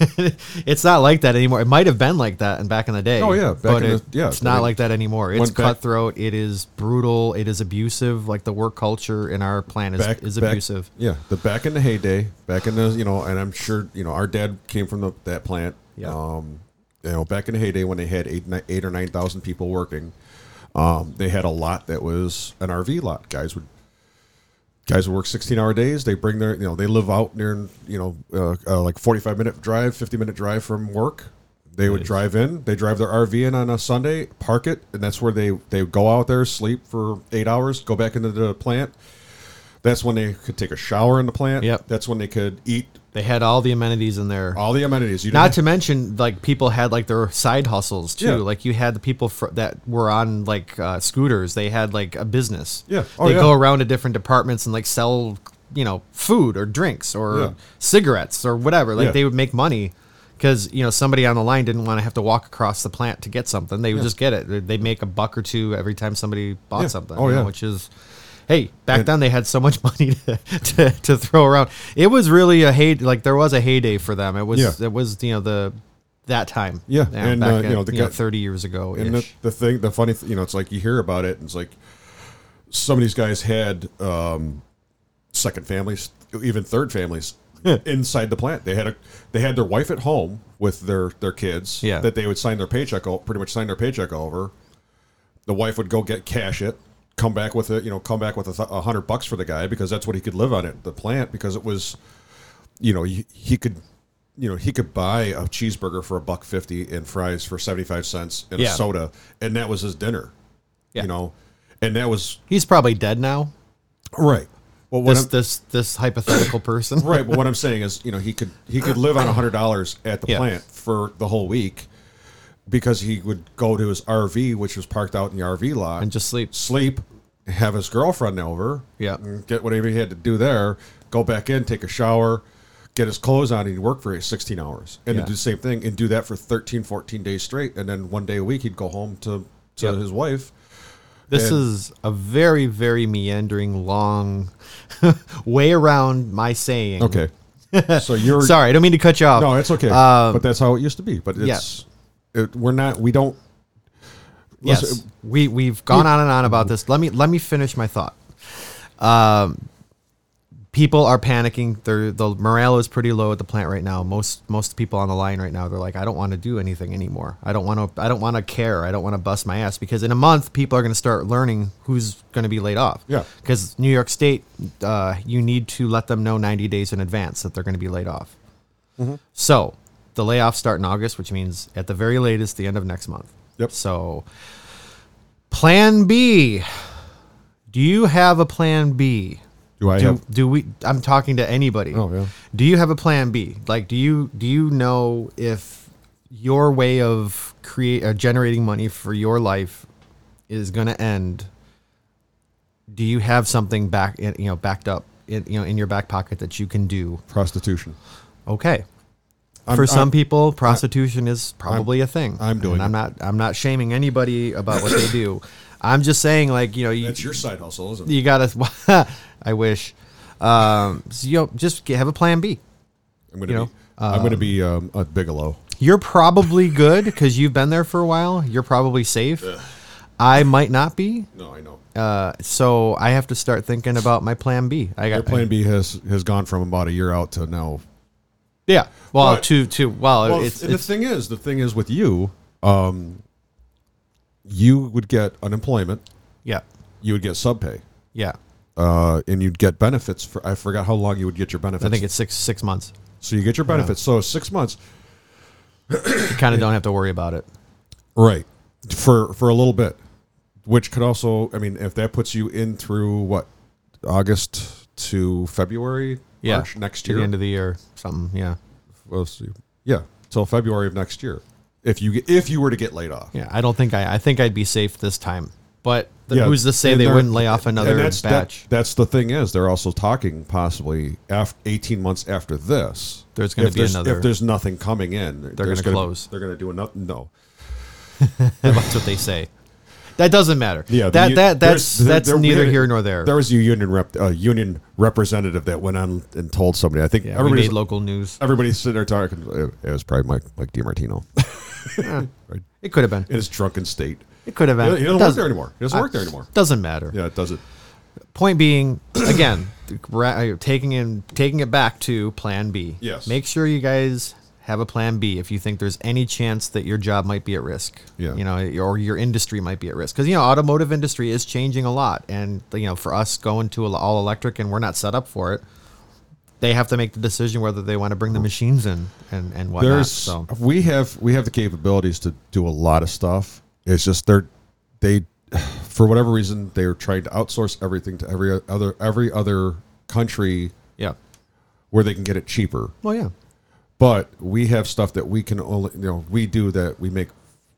Speaker 1: it's not like that anymore. It might have been like that and back in the day.
Speaker 2: Oh, yeah, back
Speaker 1: but
Speaker 2: in
Speaker 1: it-
Speaker 2: the- yeah,
Speaker 1: it's
Speaker 2: I
Speaker 1: not
Speaker 2: mean,
Speaker 1: like that anymore. It's
Speaker 2: went back-
Speaker 1: cutthroat. It is brutal. It is abusive. Like the work culture in our plant is,
Speaker 2: back
Speaker 1: is
Speaker 2: back-
Speaker 1: abusive.
Speaker 2: yeah, the back in the heyday, back in the you know, and I'm sure you know our dad came from the, that plant.
Speaker 1: Yeah.
Speaker 2: Um, you know, back in the heyday when they had eight ni- eight or nine thousand people working, um, they had a lot that was an RV lot. Guys would guys would work sixteen hour days. They bring their you know they live out near you know uh, uh, like forty five minute drive, fifty minute drive from work. They would drive in. They drive their RV in on a Sunday, park it, and that's where they they would go out there, sleep for eight hours, go back into the plant, that's when they could take a shower in the plant.
Speaker 1: Yep.
Speaker 2: That's when they could eat
Speaker 1: They had all the amenities in there.
Speaker 2: all the amenities. You
Speaker 1: Not
Speaker 2: didn't-
Speaker 1: to mention, like people had like their side hustles too.
Speaker 2: Yeah.
Speaker 1: Like you had the people fr- that were on like uh, scooters. They had like a business.
Speaker 2: Yeah. Oh,
Speaker 1: they
Speaker 2: yeah.
Speaker 1: go around to different departments and like sell, you know, food or drinks or
Speaker 2: Yeah.
Speaker 1: cigarettes or whatever. Like
Speaker 2: Yeah.
Speaker 1: they would make money because you know somebody on the line didn't want to have to walk across the plant to get something. They would just get it. They- They make a buck or two every time somebody bought
Speaker 2: Yeah.
Speaker 1: something.
Speaker 2: Oh,
Speaker 1: you know,
Speaker 2: yeah.
Speaker 1: which is. Hey, back
Speaker 2: And-
Speaker 1: then they had so much money to, to, to throw around. It was really a hey, like there was a heyday for them. It was
Speaker 2: Yeah.
Speaker 1: it was you know the that time
Speaker 2: Yeah, and,
Speaker 1: back
Speaker 2: uh,
Speaker 1: at,
Speaker 2: you know, the guy-
Speaker 1: 30 years ago
Speaker 2: And the, the thing, the funny, th- you know, it's like you hear about it, and it's like some of these guys had um, second families, even third families inside the plant. They had a they had their wife at home with their their kids.
Speaker 1: Yeah.
Speaker 2: That they would sign their paycheck, o- pretty much sign their paycheck over. The wife would go get cash it, come back with it, you know, come back with a, th- a hundred bucks for the guy because that's what he could live on at the plant because it was, you know, he, he could. You know, he could buy a cheeseburger for a buck fifty and fries for seventy five cents and
Speaker 1: Yeah.
Speaker 2: a soda, and that was his dinner.
Speaker 1: Yeah.
Speaker 2: You know, and that was
Speaker 1: he's probably dead now
Speaker 2: right. Well, what
Speaker 1: this
Speaker 2: I'm-
Speaker 1: this this hypothetical person
Speaker 2: right but what i'm saying is you know he could he could live on $100 at the
Speaker 1: Yeah.
Speaker 2: plant for the whole week because he would go to his rv which was parked out in the rv lot
Speaker 1: and just sleep
Speaker 2: sleep have his girlfriend over
Speaker 1: Yeah.
Speaker 2: and get whatever he had to do there go back in take a shower get his clothes on and he'd work for 16 hours and
Speaker 1: Yeah.
Speaker 2: to do the same thing and do that for 13 14 days straight and then one day a week he'd go home to to
Speaker 1: Yep.
Speaker 2: his wife
Speaker 1: this
Speaker 2: and-
Speaker 1: is a very very meandering long way around my saying
Speaker 2: okay so you're
Speaker 1: sorry i don't mean to cut you off
Speaker 2: No, it's okay.
Speaker 1: Uh,
Speaker 2: but that's how it used to be. But
Speaker 1: yeah.
Speaker 2: it's it, we're not. We don't.
Speaker 1: yes
Speaker 2: listen,
Speaker 1: we we've gone on and on about this let me let me finish my thought um people are panicking They're, the morale is pretty low at the plant right now most most people on the line right now they're like i don't want to do anything anymore i don't want to i don't want to care i don't want to bust my ass because in a month people are going to start learning who's going to be laid off
Speaker 2: Yeah.
Speaker 1: because new york state uh, you need to let them know 90 days in advance that they're going to be laid off so the layoffs start in august which means at the very latest the end of next month
Speaker 2: Yep.
Speaker 1: so plan b do you have a plan b
Speaker 2: Do I
Speaker 1: do,
Speaker 2: have?
Speaker 1: do we i'm talking to anybody
Speaker 2: Oh, yeah.
Speaker 1: do you have a plan b like do you do you know if your way of create uh, generating money for your life is going to end do you have something back in- you know backed up in, you know in your back pocket that you can do
Speaker 2: Prostitution.
Speaker 1: okay
Speaker 2: I'm-
Speaker 1: for some
Speaker 2: I'm-
Speaker 1: people, prostitution is probably a thing.
Speaker 2: I'm doing
Speaker 1: And I'm
Speaker 2: it.
Speaker 1: not. I'm not shaming anybody about what they do. I'm just saying, like you know, you,
Speaker 2: That's your side hustle, isn't it?
Speaker 1: you gotta. I wish. Um, so, you know, just get, have a plan B.
Speaker 2: I'm gonna
Speaker 1: you know,
Speaker 2: be. I'm gonna be um, a Bigelow.
Speaker 1: You're probably good because you've been there for a while. You're probably safe. I might not be.
Speaker 2: No, I know.
Speaker 1: Uh, so I have to start thinking about my plan B. I got
Speaker 2: Your plan B has has gone from about a year out to now.
Speaker 1: Yeah. Well,
Speaker 2: But-
Speaker 1: to to well,
Speaker 2: Well,
Speaker 1: it's,
Speaker 2: and
Speaker 1: it's
Speaker 2: the thing is, the thing is with you, um, you would get unemployment.
Speaker 1: yeah,
Speaker 2: You would get subpay.
Speaker 1: yeah.
Speaker 2: Uh, and you'd get benefits for I forgot how long you would get your benefits.
Speaker 1: I think it's six six months.
Speaker 2: so you get your benefits. So six months,
Speaker 1: You kind of don't have to worry about it.
Speaker 2: right for for a little bit which could also i mean if that puts you in through what august to february
Speaker 1: Yeah,
Speaker 2: March next
Speaker 1: to
Speaker 2: year
Speaker 1: the end of the year, something. Yeah,
Speaker 2: Well, let's see. yeah till february of next year if you get- if you were to get laid off
Speaker 1: yeah. I don't think I. I think I'd be safe this time, But the,
Speaker 2: Yeah,
Speaker 1: who's to say
Speaker 2: and
Speaker 1: they
Speaker 2: they're-
Speaker 1: wouldn't lay off another
Speaker 2: and that's, that-
Speaker 1: batch?
Speaker 2: that's the thing is they're also talking possibly af 18 months after this.
Speaker 1: There's gonna
Speaker 2: If
Speaker 1: be another-
Speaker 2: If there's nothing coming in, they're
Speaker 1: gonna close.
Speaker 2: They're going to do another. No.
Speaker 1: that's what they say. That doesn't matter.
Speaker 2: Yeah.
Speaker 1: that
Speaker 2: the-
Speaker 1: that that's
Speaker 2: there's- there-
Speaker 1: that's
Speaker 2: there- we
Speaker 1: neither
Speaker 2: had-
Speaker 1: here nor there.
Speaker 2: There was a union rep, a union representative that went on and told somebody. I think
Speaker 1: yeah, we
Speaker 2: everybody's
Speaker 1: made local news.
Speaker 2: everybody's sitting there talking. It was probably Mike Mike DiMartino
Speaker 1: It could have been.
Speaker 2: in his drunken state.
Speaker 1: It could have
Speaker 2: He
Speaker 1: been.
Speaker 2: doesn't- he doesn't work there anymore. He doesn't
Speaker 1: I-
Speaker 2: work there anymore.
Speaker 1: Doesn't matter.
Speaker 2: Yeah, it doesn't.
Speaker 1: Point being, again, ra- uh, taking in taking it back to Plan B.
Speaker 2: Yes.
Speaker 1: Make sure you guys have a Plan B if you think there's any chance that your job might be at risk.
Speaker 2: Yeah.
Speaker 1: You know, or your industry might be at risk because you know automotive industry is changing a lot, and you know for us going to all electric and we're not set up for it. They have to make the decision whether they want to bring the machines in and and whatnot.
Speaker 2: There's
Speaker 1: so
Speaker 2: we have we have the capabilities to do a lot of stuff. It's just they're they for whatever reason they're trying to outsource everything to every other every other country
Speaker 1: yeah.
Speaker 2: where they can get it cheaper.
Speaker 1: Well, yeah.
Speaker 2: But we have stuff that we can only you know we do that we make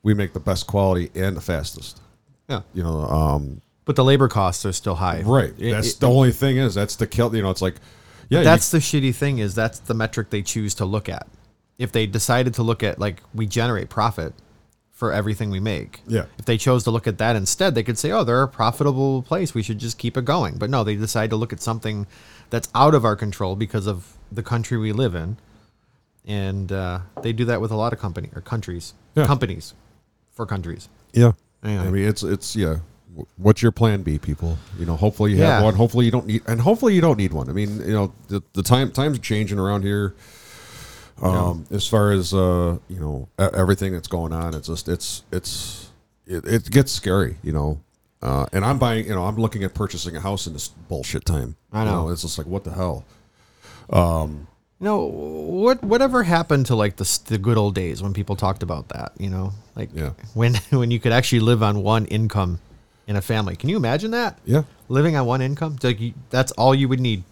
Speaker 2: we make the best quality and the fastest.
Speaker 1: Yeah.
Speaker 2: You know, um,
Speaker 1: But the labor costs are still high.
Speaker 2: right.
Speaker 1: It-
Speaker 2: that's
Speaker 1: it-
Speaker 2: the only thing is that's the kill. You know, it's like yeah, you-
Speaker 1: that's the shitty thing is that's the metric they choose to look at. If they decided to look at like we generate profit for everything we make.
Speaker 2: Yeah.
Speaker 1: If they chose to look at that instead, they could say, "Oh, they're a profitable place. We should just keep it going." But no, they decide to look at something that's out of our control because of the country we live in, and uh, they do that with a lot of company or countries,
Speaker 2: Yeah.
Speaker 1: companies, for countries.
Speaker 2: Yeah.
Speaker 1: Yeah.
Speaker 2: I mean, it's it's yeah. W- What's your plan B, people? You know, hopefully you have
Speaker 1: Yeah.
Speaker 2: one. Hopefully you don't need, and hopefully you don't need one. I mean, you know, the, the time times are changing around here. Um, as far as uh, you know, e- everything that's going on, it's just it's it's it, it gets scary. You know, uh, and I'm buying. You know, I'm looking at purchasing a house in this bullshit time.
Speaker 1: I
Speaker 2: You
Speaker 1: know.
Speaker 2: it's just like what the hell.
Speaker 1: You know what? Whatever happened to like the s- the good old days when people talked about that? You know, like
Speaker 2: Yeah.
Speaker 1: when when you could actually live on one income in a family. Can you imagine that?
Speaker 2: Yeah,
Speaker 1: Living on one income, It's like you, that's all you would need.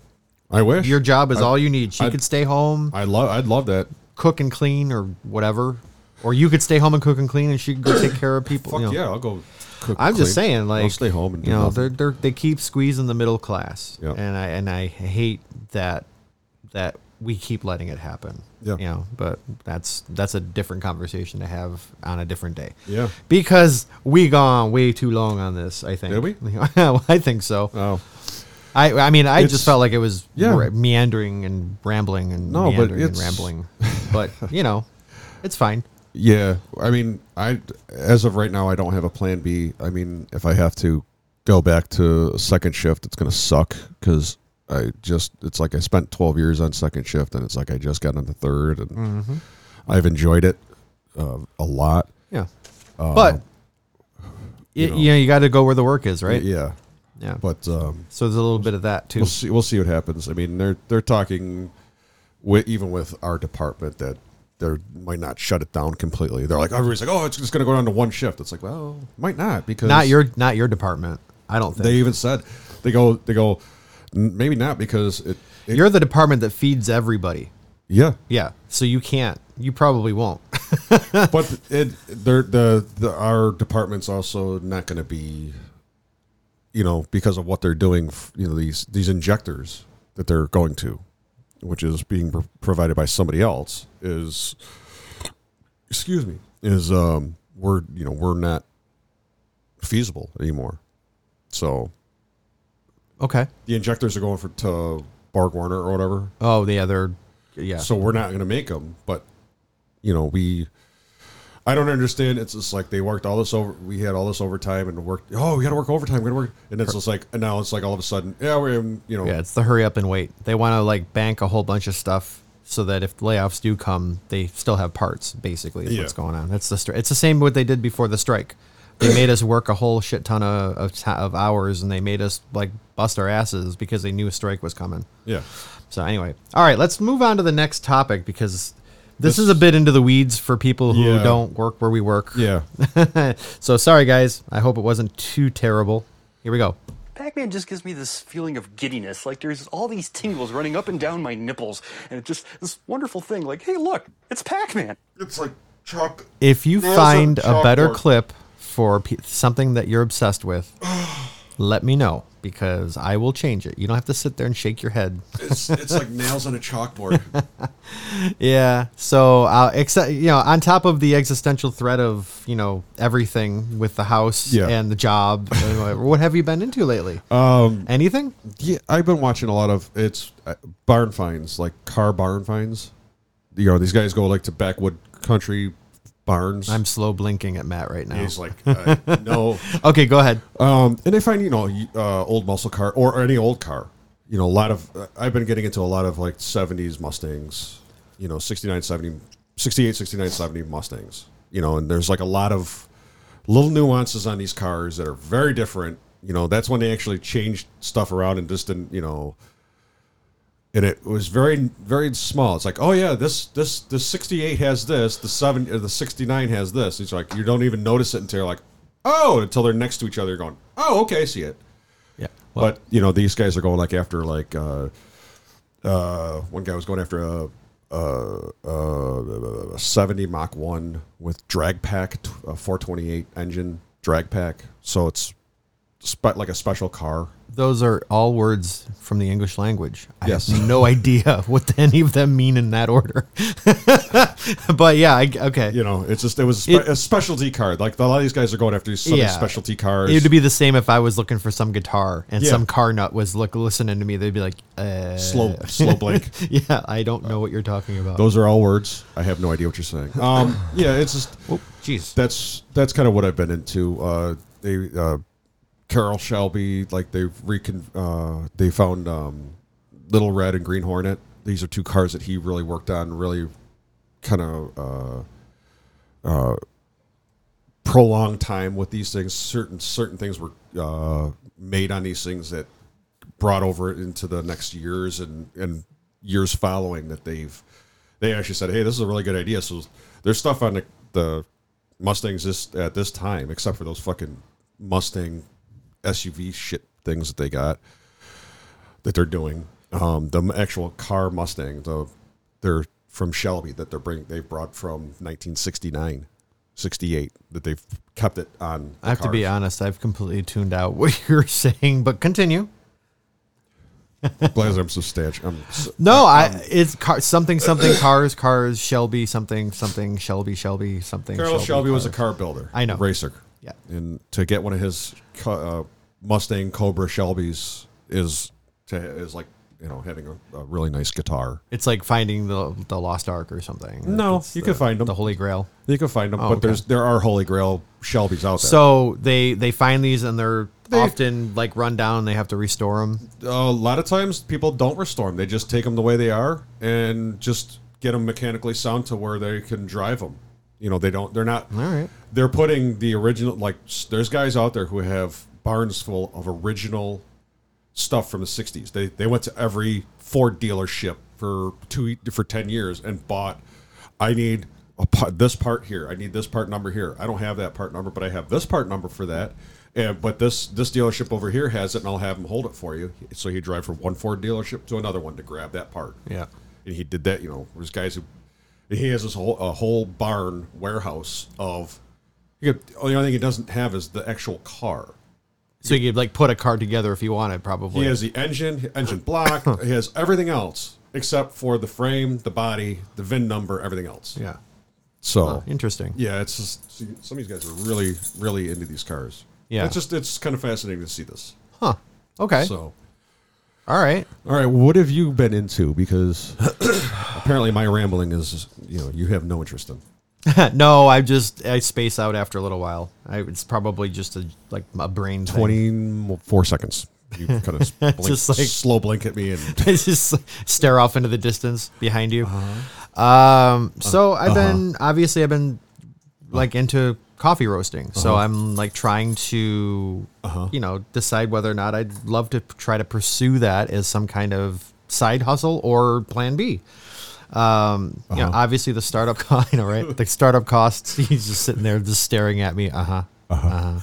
Speaker 2: I wish
Speaker 1: Your job is
Speaker 2: I-
Speaker 1: all you need. She
Speaker 2: I-
Speaker 1: could stay home,
Speaker 2: I love. I'd love that.
Speaker 1: cook and clean, or whatever, or you could stay home and cook and clean, and she could go take care of people.
Speaker 2: Fuck
Speaker 1: you know.
Speaker 2: yeah, I'll go. Cook,
Speaker 1: I'm just
Speaker 2: clean.
Speaker 1: saying, like,
Speaker 2: I'll stay home and
Speaker 1: you
Speaker 2: do
Speaker 1: know
Speaker 2: nothing.
Speaker 1: they're, they're they keep squeezing the middle class,
Speaker 2: Yeah.
Speaker 1: and I and I hate that that we keep letting it happen.
Speaker 2: Yeah.
Speaker 1: you know, but that's that's a different conversation to have on a different day.
Speaker 2: Yeah.
Speaker 1: because we gone way too long on this. I think.
Speaker 2: Did we?
Speaker 1: I think so.
Speaker 2: Oh.
Speaker 1: I I mean, I
Speaker 2: It's-
Speaker 1: just felt like it was
Speaker 2: Yeah.
Speaker 1: ra- meandering and rambling and
Speaker 2: No, but
Speaker 1: meandering and
Speaker 2: it's-
Speaker 1: rambling, but you know, it's fine.
Speaker 2: Yeah, I mean, I as of right now, I don't have a plan B. I mean, if I have to go back to second shift, it's gonna suck because I just it's like I spent twelve years on second shift, and it's like I just got on the third, and
Speaker 1: Mm-hmm.
Speaker 2: I've enjoyed it uh, a lot.
Speaker 1: Yeah, but. You,
Speaker 2: Uh, know.
Speaker 1: you know, you got to go where the work is, right?
Speaker 2: Yeah,
Speaker 1: Yeah.
Speaker 2: but um,
Speaker 1: So there's a little bit of that too.
Speaker 2: we'll see. We'll see what happens. I mean, they're they're talking with even with our department that they might not shut it down completely. They're like everybody's like, oh, it's just gonna go down to one shift. It's like, well, might not because
Speaker 1: Not your not your department. I don't think.
Speaker 2: They even said they go they go "N- maybe not because it, it-
Speaker 1: You're the department that feeds everybody.
Speaker 2: yeah
Speaker 1: Yeah. So you can't. You probably won't.
Speaker 2: but it they're, the the our department's also not going to be you know because of what they're doing f- you know these these injectors that they're going to which is being pro- provided by somebody else is excuse me is um we're you know we're not feasible anymore so
Speaker 1: Okay.
Speaker 2: the injectors are going for to Barg Warner or whatever
Speaker 1: Oh, the other. Yeah.
Speaker 2: so we're not going to make them but you know we i don't understand it's just like they worked all this over we had all this overtime and worked oh we got to work overtime we got to work and it's just like and now it's like all of a sudden yeah we're in, you know
Speaker 1: yeah. It's the hurry up and wait. They want to like bank a whole bunch of stuff so that if layoffs do come, they still have parts. Basically, is
Speaker 2: Yeah.
Speaker 1: what's going on. That's the stri- It's the same what they did before the strike. They made us work a whole shit ton of, of, ti- of hours, and they made us like bust our asses because they knew a strike was coming.
Speaker 2: yeah
Speaker 1: So anyway, all right, let's move on to the next topic because this, is a bit into the weeds for people who
Speaker 2: Yeah.
Speaker 1: don't work where we work.
Speaker 2: yeah
Speaker 1: so sorry guys, I hope it wasn't too terrible. Here we go.
Speaker 5: Pac-Man just gives me this feeling of giddiness, like there's all these tingles running up and down my nipples, and it's just this wonderful thing, like, hey, look, it's Pac-Man.
Speaker 2: it's like chalk
Speaker 1: If you
Speaker 2: There's a
Speaker 1: find a, better
Speaker 2: chalkboard.
Speaker 1: clip for p- something that you're obsessed with, let me know because I will change it. You don't have to sit there and shake your head.
Speaker 2: It's, it's like nails on a chalkboard.
Speaker 1: Yeah. So, uh, except you know, on top of the existential threat of you know everything with the house
Speaker 2: Yeah.
Speaker 1: and the job, and whatever, what have you been into lately?
Speaker 2: Um,
Speaker 1: Anything?
Speaker 2: yeah, I've been watching a lot of it's uh, barn finds, like car barn finds. You know, these guys go like to backwood country barns.
Speaker 1: I'm slow blinking at Matt right now.
Speaker 2: He's like, uh, no.
Speaker 1: Okay, go ahead.
Speaker 2: Um, and they find you know uh, old muscle car or, or any old car. You know, a lot of uh, I've been getting into a lot of like '70s Mustangs. You know, 69, 70, 68, 69, 70 Mustangs. You know, and there's like a lot of little nuances on these cars that are very different. You know, that's when they actually changed stuff around and just didn't. You know, and it was very very small. It's like, oh yeah, this this the sixty eight has this, the seven or the sixty nine has this. It's like you don't even notice it until you're like, oh, until they're next to each other. You're going, oh, okay, I see it.
Speaker 1: Yeah.
Speaker 2: but you know, these guys are going like after like uh, uh, one guy was going after a. Uh, uh, 70 Mach 1 with drag pack, t- a 428 engine drag pack. So it's spe- like a special car.
Speaker 1: Those are all words from the English language. I
Speaker 2: Yes.
Speaker 1: have no idea what any of them mean in that order. but yeah, I, okay.
Speaker 2: you know, it's just it was a, spe-
Speaker 1: It-
Speaker 2: a specialty card. Like a lot of these guys are going after some of
Speaker 1: Yeah.
Speaker 2: these specialty cars.
Speaker 1: It would be the same if I was looking for some guitar and
Speaker 2: Yeah.
Speaker 1: some car nut was look listening to me. They'd be like, uh,
Speaker 2: slow, slow blink.
Speaker 1: Yeah, I don't know what you're talking about.
Speaker 2: Uh, Those are all words. I have no idea what you're saying. Um, yeah, it's just
Speaker 1: Jeez.
Speaker 2: that's that's kind of what I've been into. Uh, they uh, Carol Shelby, like they recon uh, they found um, Little Red and Green Hornet. These are two cars that he really worked on, really kind of uh, uh, prolonged time with these things. Certain certain things were uh, made on these things that brought over into the next years and and years following that they've they actually said, hey, this is a really good idea. So there's stuff on the, the Mustangs this at this time, except for those fucking Mustang SUV shit things that they got that they're doing. Um, the actual car Mustang, the they're from Shelby that they're bring they brought from 1969, 68 that they've kept it on. the
Speaker 1: I have to be
Speaker 2: cars.
Speaker 1: honest. I've completely tuned out what you're saying, but continue.
Speaker 2: Blazer, I'm substantial. I'm s-
Speaker 1: No,
Speaker 2: Um,
Speaker 1: I it's car, something something cars cars Shelby something something Shelby Shelby something.
Speaker 2: Carol Shelby, was a
Speaker 1: cars.
Speaker 2: car builder.
Speaker 1: I know.
Speaker 2: racer.
Speaker 1: Yeah.
Speaker 2: and to get one of his cu- uh, Mustang Cobra Shelbys is to, is like you know having a, a really nice guitar.
Speaker 1: It's like finding the the lost ark or something.
Speaker 2: No,
Speaker 1: It's
Speaker 2: you
Speaker 1: the,
Speaker 2: can find 'em.
Speaker 1: The Holy Grail.
Speaker 2: You can find them, but
Speaker 1: Oh, okay.
Speaker 2: there's there are Holy Grail Shelbys out there.
Speaker 1: So they they find these and they're often like run down. and They have to restore them.
Speaker 2: a lot of times people don't restore them; they just take them the way they are and just get them mechanically sound to where they can drive them. You know, they don't. They're not.
Speaker 1: All right.
Speaker 2: They're putting the original. Like, s- there's guys out there who have barns full of original stuff from the '60s. They they went to every Ford dealership for two for ten years and bought. I need a part, this part here. I need this part number here. I don't have that part number, but I have this part number for that. And but this this dealership over here has it, and I'll have him hold it for you. So he drive from one Ford dealership to another one to grab that part.
Speaker 1: Yeah.
Speaker 2: and he did that. You know, there's guys who he has this whole a whole barn warehouse of. You could, the only thing he doesn't have is the actual car.
Speaker 1: So you could like put a car together if you wanted, probably.
Speaker 2: He has the engine, engine block. he has everything else except for the frame, the body, the VIN number, everything else.
Speaker 1: Yeah.
Speaker 2: So
Speaker 1: Interesting.
Speaker 2: yeah, it's just see, some of these guys are really, really into these cars.
Speaker 1: Yeah.
Speaker 2: it's just it's kind of fascinating to see this.
Speaker 1: Huh. Okay.
Speaker 2: So
Speaker 1: All right.
Speaker 2: all right, what have you been into? Because apparently my rambling is you know you have no interest in.
Speaker 1: no, I just I space out after a little while. I, it's probably just a like a brain thing.
Speaker 2: Twenty four seconds. You kind of blink,
Speaker 1: Just like-
Speaker 2: slow blink at me and
Speaker 1: It's just stare off into the distance behind you.
Speaker 2: Uh-huh.
Speaker 1: Um, so I've been obviously I've been like into coffee roasting. So I'm like trying to you know decide whether or not I'd love to p- try to pursue that as some kind of side hustle or plan B. Um, you know, obviously the startup cost, you know, right? The startup costs, he's just sitting there just staring at me. Uh-huh. Uh-huh.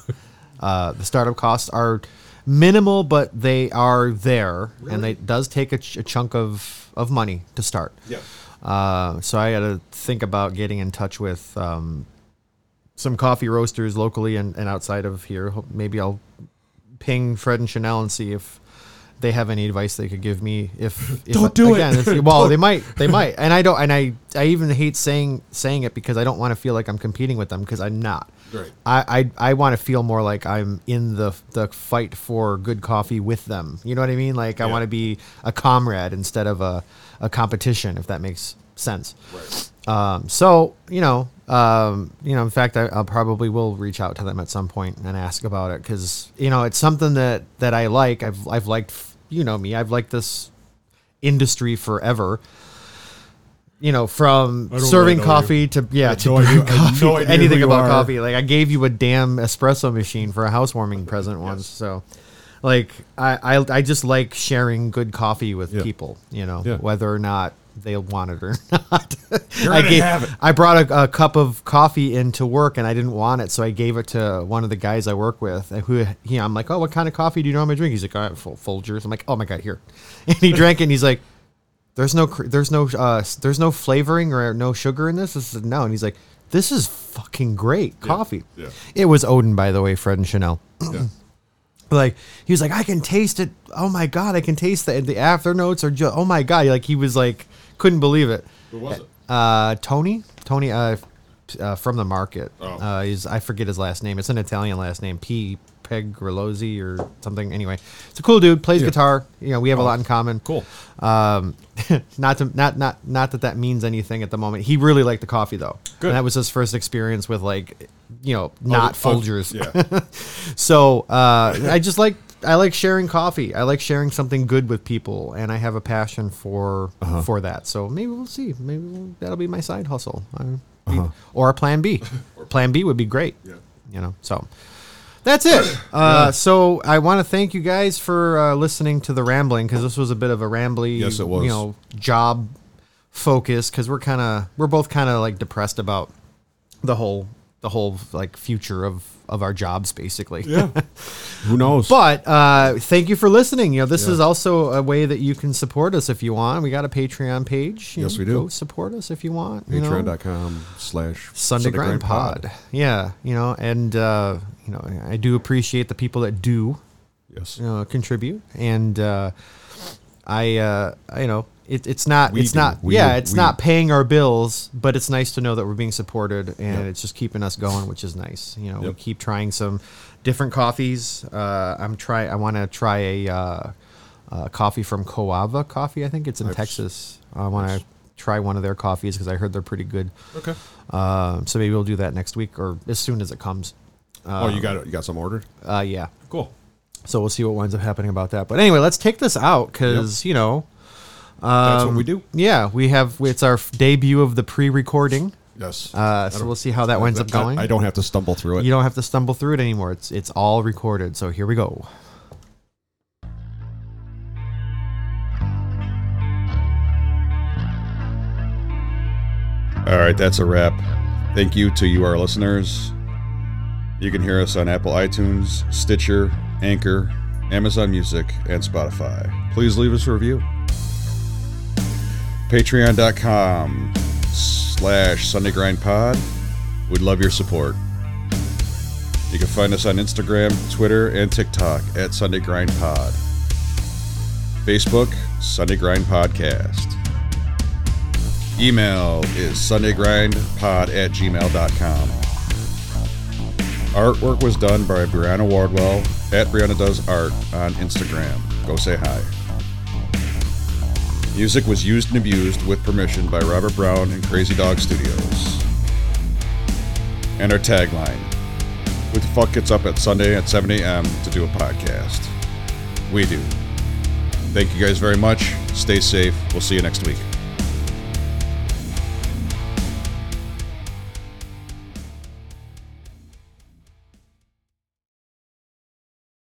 Speaker 1: Uh, the startup costs are minimal, but they are there, and they- it does take a, ch- a chunk of, of money to start.
Speaker 2: yeah.
Speaker 1: Uh, so I got to think about getting in touch with um, some coffee roasters locally and, and outside of here. Ho- Maybe I'll ping Fred and Chanel and see if they have any advice they could give me. If, if
Speaker 2: Don't do it.
Speaker 1: again, if- well, they might, they might, and I don't, and I, I even hate saying saying it because I don't want to feel like I'm competing with them because I'm not.
Speaker 2: Right.
Speaker 1: I I, I want to feel more like I'm in the the fight for good coffee with them. You know what I mean? Like I
Speaker 2: Yeah.
Speaker 1: want to be a comrade instead of a a competition, if that makes sense.
Speaker 2: Right.
Speaker 1: Um, so you know, um, you know, in fact, I, I probably will reach out to them at some point and ask about it because you know it's something that that I like. I've I've liked you know me. I've liked this industry forever. You know, from
Speaker 2: don't really
Speaker 1: serving
Speaker 2: know you.
Speaker 1: coffee to yeah
Speaker 2: have
Speaker 1: to
Speaker 2: no idea-
Speaker 1: brewing
Speaker 2: I have no
Speaker 1: coffee,
Speaker 2: idea
Speaker 1: to anything
Speaker 2: who you
Speaker 1: about
Speaker 2: are.
Speaker 1: coffee. Like I gave you a damn espresso machine for a housewarming present once. So, like I, I I just like sharing good coffee with
Speaker 2: Yeah.
Speaker 1: people. You know,
Speaker 2: Yeah.
Speaker 1: whether or not they want it or not.
Speaker 2: You're
Speaker 1: I
Speaker 2: gonna
Speaker 1: gave,
Speaker 2: have it.
Speaker 1: I brought a, a cup of coffee into work and I didn't want it, so I gave it to one of the guys I work with. and Who you know, I'm like, oh, what kind of coffee do you normally drink? He's like, oh, Fol- Folgers. I'm like, oh my god, here. And he drank it. and He's like, there's no, cr- there's no, uh, s- there's no flavoring or no sugar in this. I said, no. And he's like, this is fucking great coffee.
Speaker 2: yeah.
Speaker 1: It was Odin, by the way, Fred and Chanel
Speaker 2: Yeah.
Speaker 1: like he was like i can taste it oh my god i can taste the, the after notes are just oh my god like he was like couldn't believe it
Speaker 2: Who was it?
Speaker 1: uh tony tony uh, uh from the market
Speaker 2: Oh.
Speaker 1: uh he's i forget his last name it's an italian last name p pegrilozzi or something anyway it's a cool dude plays
Speaker 2: Yeah. Oh.
Speaker 1: guitar you know we have a lot in common
Speaker 2: Cool.
Speaker 1: um not to not not not that that means anything at the moment he really liked the coffee though
Speaker 2: Good.
Speaker 1: and that was his first experience with like you know not
Speaker 2: Oh, oh,
Speaker 1: folgers
Speaker 2: Yeah.
Speaker 1: so uh, I just like I like sharing coffee. I like sharing something good with people, and I have a passion for
Speaker 2: Uh-huh.
Speaker 1: for that. So maybe we'll see. Maybe we'll, that'll be my side hustle, I,
Speaker 2: Uh-huh.
Speaker 1: or Plan B. plan B would be great.
Speaker 2: Yeah.
Speaker 1: You know. So that's it. Uh, So I want to thank you guys for uh, listening to the rambling because this was a bit of a rambly.
Speaker 2: Yes, it was.
Speaker 1: You know, job focus because we're kind of we're both kind of like depressed about the whole the whole like future of of our jobs basically
Speaker 2: yeah. Who knows?
Speaker 1: but uh, thank you for listening. You know, this is also a way that you can support us if you want. We got a Patreon page. You
Speaker 2: Yes,
Speaker 1: know,
Speaker 2: we do.
Speaker 1: Go support us if you want. you know.
Speaker 2: Patreon.com slash
Speaker 1: Sunday Grind Pod. Yeah, you know, and uh, you know, I do appreciate the people that do
Speaker 2: Yes.
Speaker 1: you know, contribute, and uh, I, uh, I- you know, it, it's not,
Speaker 2: We
Speaker 1: it's
Speaker 2: do.
Speaker 1: not,
Speaker 2: We-
Speaker 1: yeah, it's
Speaker 2: we-
Speaker 1: not paying our bills, but it's nice to know that we're being supported, and
Speaker 2: Yeah.
Speaker 1: it's just keeping us going, which is nice. You know, we
Speaker 2: Yep.
Speaker 1: keep trying some different coffees. Uh, I'm try, I want to try a uh, uh, coffee from Coava Coffee. I think it's in Texas. I want to try one of their coffees because I heard they're pretty good.
Speaker 2: Okay.
Speaker 1: Um, so maybe we'll do that next week or as soon as it comes.
Speaker 2: oh, you got it. You got some ordered?
Speaker 1: Uh, yeah.
Speaker 2: Cool.
Speaker 1: So we'll see what winds up happening about that. But anyway, let's take this out because you know,
Speaker 2: That's
Speaker 1: um,
Speaker 2: what we do.
Speaker 1: yeah, we have it's our f- debut of the pre-recording,
Speaker 2: Yes.
Speaker 1: uh,
Speaker 2: I
Speaker 1: so
Speaker 2: don't-
Speaker 1: we'll see how that winds up
Speaker 2: I-
Speaker 1: going.
Speaker 2: I don't have to stumble through it.
Speaker 1: You don't have to stumble through it anymore. It's it's all recorded. So here we go.
Speaker 2: All right, that's a wrap. Thank you to you, our listeners. You can hear us on Apple iTunes, Stitcher, Anchor, Amazon Music, and Spotify. Please leave us a review. Patreon.com slash Sunday Grind Pod. We'd love your support. You can find us on Instagram, Twitter, and TikTok at Sunday Grind Pod. Facebook, Sunday Grind Podcast. Email is sundayggrindpod at gmail.com. Artwork was done by Brianna Wardwell at Brianna Does Art on Instagram. Go say hi. Music was used and abused with permission by Robert Brown and Crazy Dog Studios. And our tagline Who the fuck gets up at Sunday at 7 a.m. to do a podcast? We do. Thank you guys very much. Stay safe. We'll see you next week.